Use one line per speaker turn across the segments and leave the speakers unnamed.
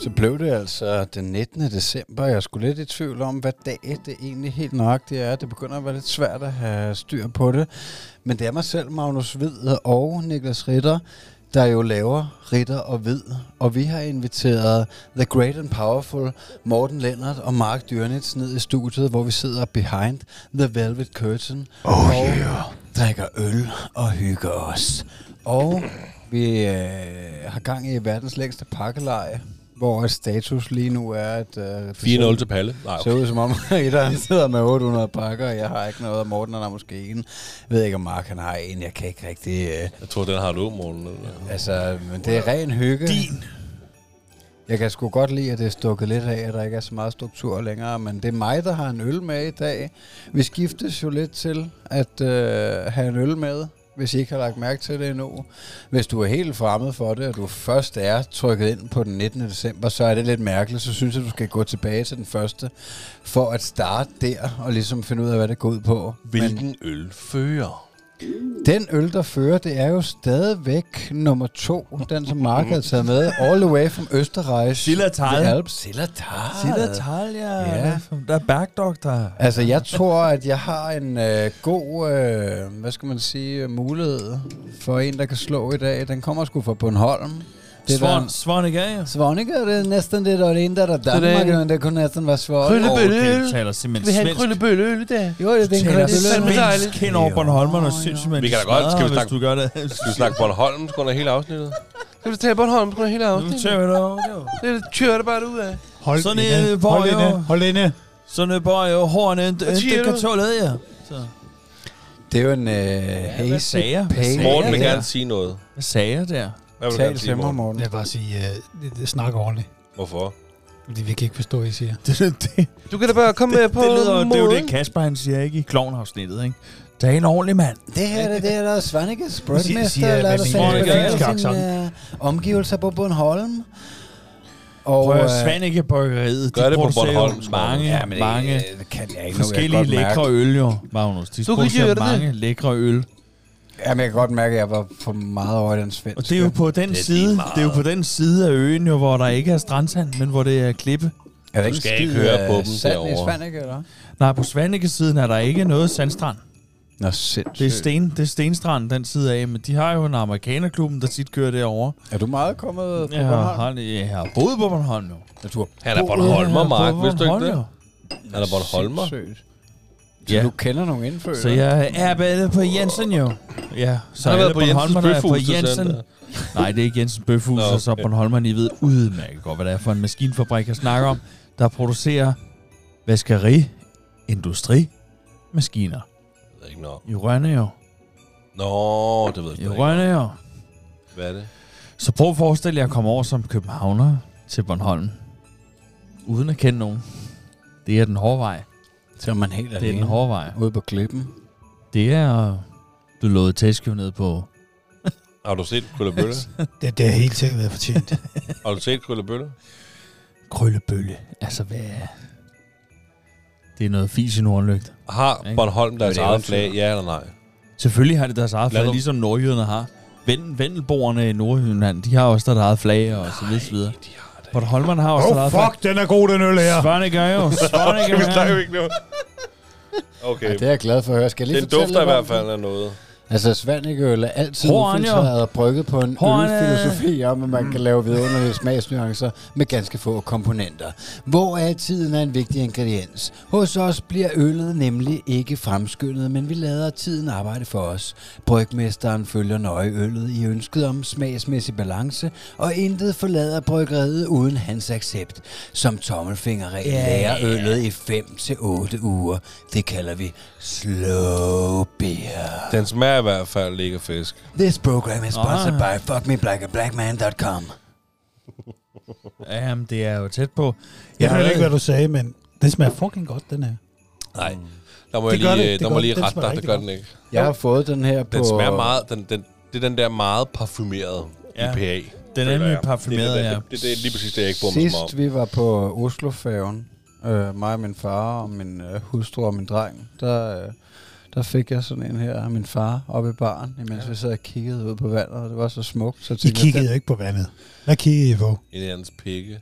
Så blev det altså den 19. december. Jeg skulle lidt i tvivl om, hvad dag det egentlig helt nøjagtigt er. Det begynder at være lidt svært at have styr på det. Men det er mig selv, Magnus Hvid og Niklas Ritter, der jo laver Ritter og Hvid. Og vi har inviteret The Great and Powerful Morten Lennart og Mark Dyrnitz ned i studiet, hvor vi sidder behind The Velvet Curtain.
Oh
og
yeah.
drikker øl og hygger os. Og vi øh, har gang i verdens længste pakkeleje, hvor status lige nu er, at... Øh, det
4-0 til Palle. Nej,
ser-
okay.
ser ud som om, at han sidder med 800 pakker, og jeg har ikke noget, og Morten han har måske en. Jeg ved ikke, om Mark han har en, jeg kan ikke rigtig... Øh,
jeg tror, den har du, Morten. eller?
altså, men det er ren hygge. Din. Jeg kan sgu godt lide, at det er stukket lidt af, at der ikke er så meget struktur længere, men det er mig, der har en øl med i dag. Vi skiftes jo lidt til at øh, have en øl med, hvis I ikke har lagt mærke til det endnu. Hvis du er helt fremmed for det, og du først er trykket ind på den 19. december, så er det lidt mærkeligt. Så synes jeg, du skal gå tilbage til den første, for at starte der, og ligesom finde ud af, hvad det går ud på. Men-
Hvilken øl fører?
den øl, der fører, det er jo stadigvæk nummer to, den som Mark har taget med, all the way from Østerreich.
Zillertal.
The Alps. Zillertal.
Zillertal, Ah. ja.
Ja.
Der er bergdoktor.
Altså, jeg tror, at jeg har en øh, god, øh, hvad skal man sige, øh, mulighed for en, der kan slå i dag. Den kommer sgu fra Bornholm. Det er
Svon,
der-
Svon ikke af,
Svanike, det er næsten det, der er en, der er Danmark,
Det er
men det kunne næsten være svært.
Krøllebølle. Du taler simpelthen svensk.
krøllebøløl i dag?
Jo, det er en
taler
krøllebølle.
svensk hen over Bornholmerne, og sindssygt, man
Vi kan da
de
godt- skal vi
smadrer, hvis
snakke-
du gør det.
Skal vi snakke Bornholm under hele afsnittet? Skal vi tage Bornholm under hele
Nu tør vi dog.
Det kører det bare ud af.
Hold
Sådan
inde.
en, øh, hvor
hold
jo-
inde. Hold inde.
Så nu bare jo hårene, ikke
Hvad siger
det
du?
kan tåle ja. Så.
Det er jo en øh,
hvad
hazy
sagde jeg? Hvad
pale
sagde jeg?
Morten vil
ale.
gerne sige noget.
Hvad sagde jeg der?
Hvad vil du
Tal
gerne sige,
til mig,
Morten?
Morten.
Jeg vil bare sige,
øh,
uh, det, det snakker ordentligt.
Hvorfor?
Fordi vi kan ikke forstå, hvad I siger.
Det, det, det,
Du kan da bare komme med på
det, lyder, det er jo det, Kasper han siger, ikke? I klovnafsnittet, ikke? Det er en ordentlig mand.
Det her det, det er der Svanikes brødmester,
siger jeg,
der
men
der
min
sagde
finske
bevæger
accent.
sine øh, omgivelser på Bornholm. Og
Prøv
øh,
at Svanike Bryggeriet,
Gør
de
det på
producerer jo
Bornholm, Skåne.
mange,
ja,
ja,
men
mange
det, det kan jeg ikke nu,
Øh, forskellige
jeg kan godt
lækre
mærke,
øl, jo, Magnus. De
Du kan
producerer
gøre det.
mange lækre øl.
Jamen, jeg kan godt mærke, at jeg var for meget over i den svenske.
Og det er jo på den
Det er
side,
lige
det,
meget.
er jo på den side af øen, jo, hvor der ikke er strandsand, men hvor det er klippe.
er det
Du skal ikke høre på dem
sand i
derovre.
Svanike, eller?
Nej, på Svanike siden er der ikke noget sandstrand.
Nå,
Det er,
sindssygt.
sten, det er stenstrand, den side af, men de har jo en amerikanerklubben, der tit kører derovre.
Er du meget kommet på
Jeg har,
Bornholm?
har, jeg har boet på Bornholm nu.
Ja, du har
Han er Bornholmer, Mark. Vidste du ikke det? Han er Bornholmer.
sindssygt.
Ja.
Så du kender nogle indfødte?
Så jeg er været på Jensen jo. Ja, så
Han har været
alle
på Jensens øh,
Bornholmerne er på
Bøfhus.
Jensen. Nej, det er ikke Jensen Bøfhus,
Nå,
okay. og så
okay.
Bornholmerne, I ved udmærket godt, hvad det er for en maskinfabrik, jeg snakker om, der producerer vaskeri, industri, maskiner.
Ikke noget.
I Rønne jo.
Nå, det ved jeg
I
slet ikke.
Rønne jo.
Hvad er det?
Så prøv at forestille jer at komme over som københavner til Bornholm. Uden at kende nogen. Det er den hårde vej.
Så er man helt
Det er den
alene
hårde vej.
ude på klippen.
Det er... Du lod tæske ned på...
Har du set Krøllebølle?
Det, det har helt sikkert været fortjent.
Har du set Krøllebølle?
Krøllebølle. Altså, hvad... Det er noget fis i Nordlygt.
Har
Ikke?
Bornholm deres
Det er
eget
eventyr.
flag, ja eller nej?
Selvfølgelig har de deres eget
Lad
flag,
dem.
ligesom nordjyderne har. Ven, vendelboerne i Nordjylland, de har også deres eget flag, og så videre, så videre. Bornholmerne har også
oh,
deres eget
fuck, den er god, den øl her.
flag. Svane gør jo. Svane
Skal vi snakke
gør
ikke nu?
Ja,
Okay.
det er jeg glad for at høre. Skal jeg lige
Den
fortælle
dufter i
lidt om
hvert
den?
fald af noget.
Altså, Svanikøl er altid
Horn, jo.
ufiltreret og brygget på en
Horn, Mm.
ølfilosofi om, at man kan lave vidunderlige smagsnuancer med ganske få komponenter. Hvor er tiden er en vigtig ingrediens. Hos os bliver øllet nemlig ikke fremskyndet, men vi lader tiden arbejde for os. Brygmesteren følger nøje øllet i ønsket om smagsmæssig balance, og intet forlader bryggeriet uden hans accept. Som tommelfingerregel
Ja,
lærer
ja.
øllet i 5-8 uger. Det kalder vi slow beer.
Den smager i hvert fald ikke af fisk.
This program is sponsored
Ah.
by fuckmeblackandblackman.com.
Jamen, det er jo tæt på.
Jeg ved
har-
ikke, hvad du sagde, men den smager fucking godt, den her.
Nej. Der må
Mm. Det
jeg lige,
gør
øh,
det, det
der må
gør
jeg lige
det. Den
rette
smager
dig, det
rigtig
gør
godt. øh,
den ikke.
Jeg har fået den her på...
Den smager meget, den, den, det er den der meget parfumerede
Ja.
ja. IPA. føler
nemlig
jeg.
parfumeret,
det, er det,
ja.
Det, det, det, er lige præcis det, jeg ikke bruger mig så meget
Sidst vi var på Oslofærgen, øh, mig og min far og min øh, hustru og min dreng, der, øh, der fik jeg sådan en her af min far oppe i baren, imens ja. vi sad og kiggede ud på vandet, og det var så smukt. Så
I
tænkte jeg,
kiggede jo ikke på vandet. Hvad kiggede I på?
om. En af hans pikke.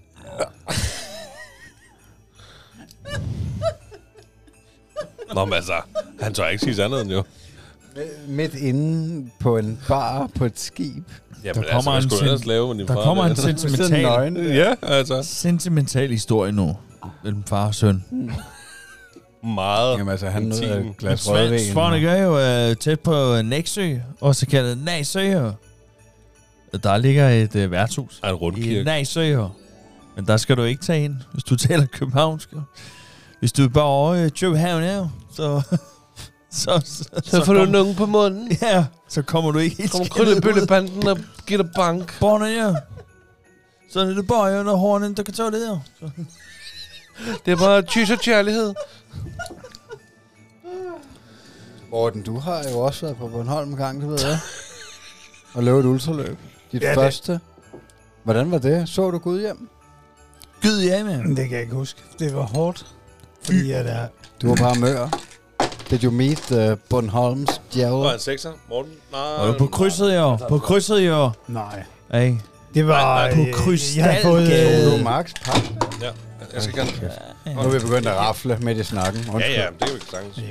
Nå, men altså, han tør ikke sige sandheden jo.
Midt inde på en bar på et skib.
Jamen, altså,
Der kommer
hvad
en
skulle
sen-
du ellers lave med din
Der
far?
kommer en
Altså,
Sådan
sentimental,
nøgen.
Ja, altså.
sentimental historie nu. Mellem far og søn.
Meget.
Jamen altså, han nød af
Intim.
et glas
Svend
rødvin.
Svonik er jo øh, tæt på øh, Næksø, også kaldet Næksø. Der ligger et øh, værtshus
Ej, en
i
rundkirke.
Næksø. Men der skal du ikke tage ind, hvis du taler københavnsk. jo. Hvis du er bare over i København, jo, så, så, så, kommer-
nogen på munden.
Ja, så kommer du ikke helt skinnet ud.
banden og giver dig bank.
Borne, ja. Så er det bare under hornen, der kan tage det, jo. Så-
Det er bare tys og kærlighed.
Morten, du har jo også været på Bornholm en gang, det ved jeg. Og lavet et ultraløb. Dit
Ja,
ja,
det-
første. Det. Hvordan var det? Så du Gud hjem?
Gyd ja, mand.
Det kan jeg ikke huske. Det var hårdt. Fordi at, uh,
Du var bare mør. Did you meet the Bornholms
Var
djævel?
en sekser? Morten? Nej.
Var du på krydset, jo? På krydset, jo.
nej.
Ej.
Det var...
Nej,
nej. På
øh, Jeg havde fået...
Krystalgade.
Du
Øh,
er Max Pak.
Ja, jeg skal gerne.
Nu er vi begyndt at rafle midt i snakken.
Ja,
Undskyld.
ja, det kan vi sagtens.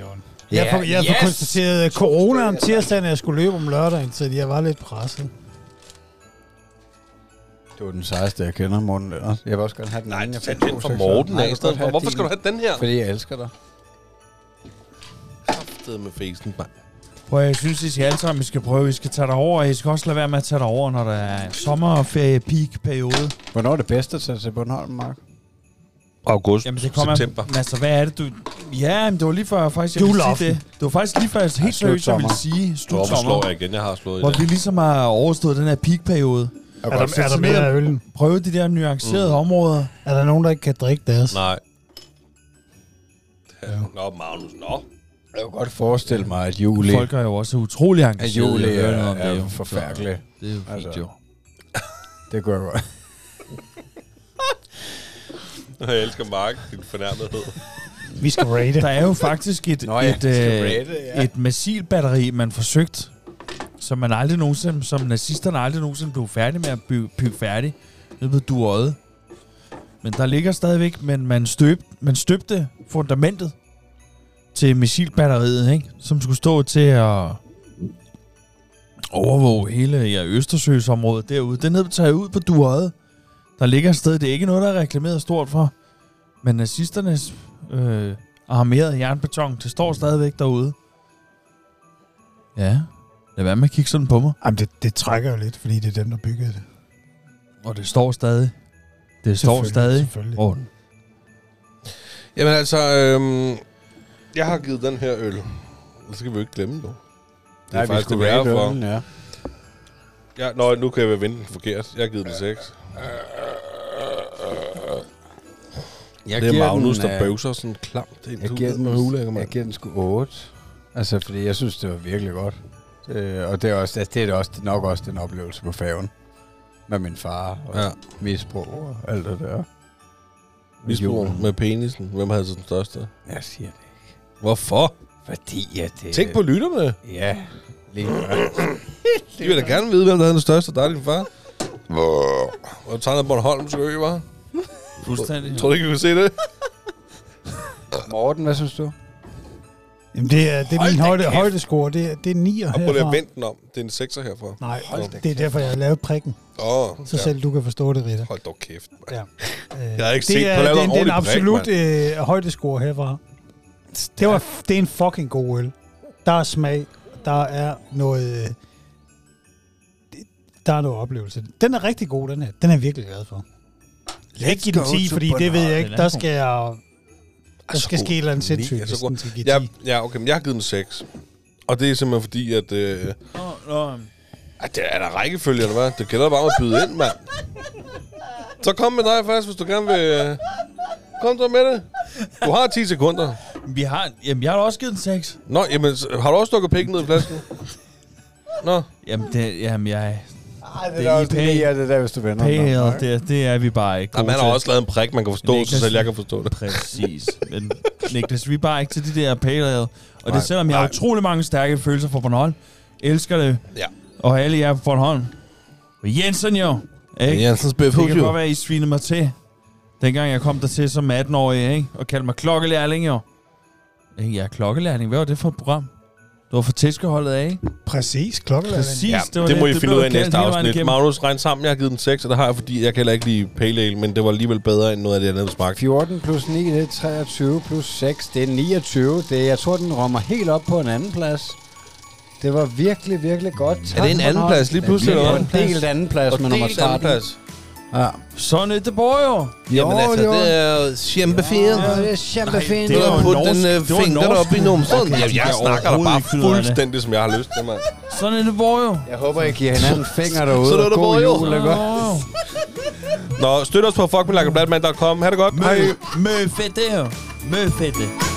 jeg får, jeg får
yes.
konstateret corona om tirsdagen, og jeg skulle løbe om lørdagen, så jeg var lidt presset.
Du er den sejeste, jeg kender, Morten Lennart. Jeg vil også godt have den
Nej,
anden. jeg
tag
fik
den
to
fra
sekser.
Morten
Nej,
af
jeg
i
vil
stedet
godt
for.
have
Hvorfor
din,
skal du have den her?
Fordi jeg elsker dig.
Fordi med fesen, mand.
Prøv, at- jeg synes, I skal alle sammen, I skal prøve. I skal tage dig over. I skal også lade være med at tage dig over, når der er sommerferie-peak-periode.
Hvornår er det bedst at tage til Bornholm, Mark?
August,
Jamen, det kommer...
september.
Men altså, hvad er det, du... Ja, men det var lige før, jeg faktisk... Jeg ville sige
Juleaften.
det. det var faktisk lige før, jeg helt seriøst, jeg ville sige
Hvorfor slår
slutsommer.
jeg igen? Jeg har slået i
Hvor vi
dag.
ligesom har overstået den her peak-periode.
Jeg
Er der, er der mere af øllen?
Prøve de der nuancerede mm. områder.
Er der nogen, der ikke kan drikke deres?
Nej. Nå, Magnus, nå.
jeg kan godt forestille mig, at juli,
Folk er jo også utrolig
at
engagerede.
juli
i at
er,
høre noget om
er
jo.
forfærdelig.
Så Det er jo fint,
Altså.
jo.
Det kunne jeg godt.
Jeg elsker Mark, din fornærmethed.
Vi skal rate.
Der er jo faktisk et,
Nå ja,
et,
vi skal
øh,
rate, ja.
et missilbatteri, man forsøgt, som man aldrig nogensinde, som nazisterne aldrig nogensinde blev færdige med at bygge, bygge færdig, nede ved Duøjet. Men der ligger stadigvæk, men man, støb, man støbte fundamentet til missilbatteriet, ikke? som skulle stå til at overvåge hele ja, Østersøsområdet derude. Den er taget ud på Duøjet. Der ligger et sted, det er ikke noget, der er reklameret stort for, men nazisternes øh, armeret jernbeton, det står stadigvæk derude. Ja, lad være med at kigge sådan på mig.
Jamen, det, det trækker jo lidt, fordi det er dem, der byggede det.
Og det står stadig. Det står
Selvfølgelig,
stadig.
Selvfølgelig.
Og
Jamen altså, øhm, jeg har givet den her øl. Og så skal vi jo ikke glemme nu. Det er
Nej, vi
faktisk det, vi
skulle
er
rate
for.
øllen, ja.
Ja, nå, nu kan jeg vinde den forkert. Jeg har givet den 6.
Jeg
Det er
giver
Magnus,
den,
der
øh,
bøvser sådan klamt.
Jeg giver, den, jeg giver den sgu 8. Altså, fordi jeg synes, det var virkelig godt. Øh, og det er, også, altså, det er det også, det er nok også den oplevelse på færgen. Med min far og ja.
Ja.
misbrug og alt det der.
Misbrug
Julen.
med penisen. Hvem havde så den største?
Jeg siger det ikke.
Hvorfor?
Fordi at
Øh.
det...
Tænk på lytterne.
Ja, lige før.
De vil da gerne vide, hvem der havde den største. Der er din far. Og tager ned Bornholms ø, var.
fuldstændig.
Tror du ikke, vi kunne se det?
Morten, hvad synes du?
Jamen, det er, det er
Hold
min
da
højde,
kæft.
højdescore. Det er, det er 9
Og prøv lige
herfra.
at vente den om. Det er en 6'er herfra.
Nej,
Hold da
det er derfor, jeg har lavet prikken.
Åh,
Så
ja.
selv du kan forstå det, Rita.
Hold dog kæft. mand.
Ja.
Jeg har ikke
Øh, det
set
er,
på lavet
det, er, det er en
ordentlig prik,
absolut øh, højdescore herfra. Det, var, det er en fucking god øl. Der er smag, der er noget... Øh, det- der er noget oplevelse. Den er rigtig god, den her. Den er jeg virkelig glad for. Jeg ikke give den
go
10,
to
fordi det ved jeg
Bornholm.
ikke.
Den er
Der skal jeg... Der
så
skal
Altså, god.
ske et eller andet
Ni,
sindssygt,
er så
hvis
god.
den skal give 10.
Ja, ja, okay, men jeg har givet den 6. Og det er simpelthen fordi, at... Øh, at det er der rækkefølge, eller hvad? Det gælder bare om at byde ind, mand. Så kom med dig først, hvis du gerne vil... øh. Kom så med det. Du har 10 sekunder.
Vi har, jamen, jeg har da også givet den 6.
Nå, jamen, så- har du også stukket pikken ned i flasken? Nå,
Jamen, det, jamen jeg...
Ej, det,
Det er
er
lige
også
pæ-
lige af det der, hvis du vender den om,
Pæret,
Mark.
det, det er vi bare ikke
Jamen,
gode
han har
til.
også lavet en prik, man kan forstå, så
Niklas-
selv jeg kan forstå det.
Præcis. Men Niklas, vi er bare ikke til de der pælerede. Og det er selvom jeg har
nej.
utrolig mange stærke følelser for Bornholm. Elsker det.
Ja.
Og alle jer på Bornholm. Men Jensen jo. Ikke?
Jensens bøf,
Det kan godt være, I svinede mig til. Dengang jeg kom dertil som 18-årig, ikke? Og kaldte mig klokkelærling jo. Ja, klokkelærning. Hvad var det for et program? Det var for tæskeholdet af, ikke?
Præcis, klokkelæring.
Præcis,
Ja, det, det må I finde
blev
ud af i
kaldt
næste
hele vejen
afsnit.
igennem.
Magnus, regn sammen. Jeg har givet den 6, og det har jeg, fordi jeg kan heller ikke lide pale ale, men det var alligevel bedre end noget af det andet, der smagte.
14 plus 9, det er 23, plus 6, det er 29. Det er, jeg tror, den rommer helt op på en anden plads. Det var virkelig, virkelig godt.
Er det en anden plads lige pludselig,
eller
eller
hvad?
hvad?
En delt anden plads med nummer 13. Ja.
Sådan er det bare jo.
Jamen altså, det
er kæmpe
Ja, det er kæmpe fint.
det
Du
var
har puttet
norsk-
den øh,
det var
finger
norsk.
op i numsen.
Okay,
Ja,
jeg
jeg
kan
snakker da
overhovedet
bare
ikke finde ud af det.
fuldstændig, som jeg har lyst til, mand.
Sådan er det bare jo.
Jeg håber, I giver hinanden fingre derude.
Så er det
og God
der bare, jo.
jul, ikke?
Åh.
Nå, støt os på fuckmelakkebladmand.com. Ha' det godt. Hej.
Mø, mø fedte. Mø fedte.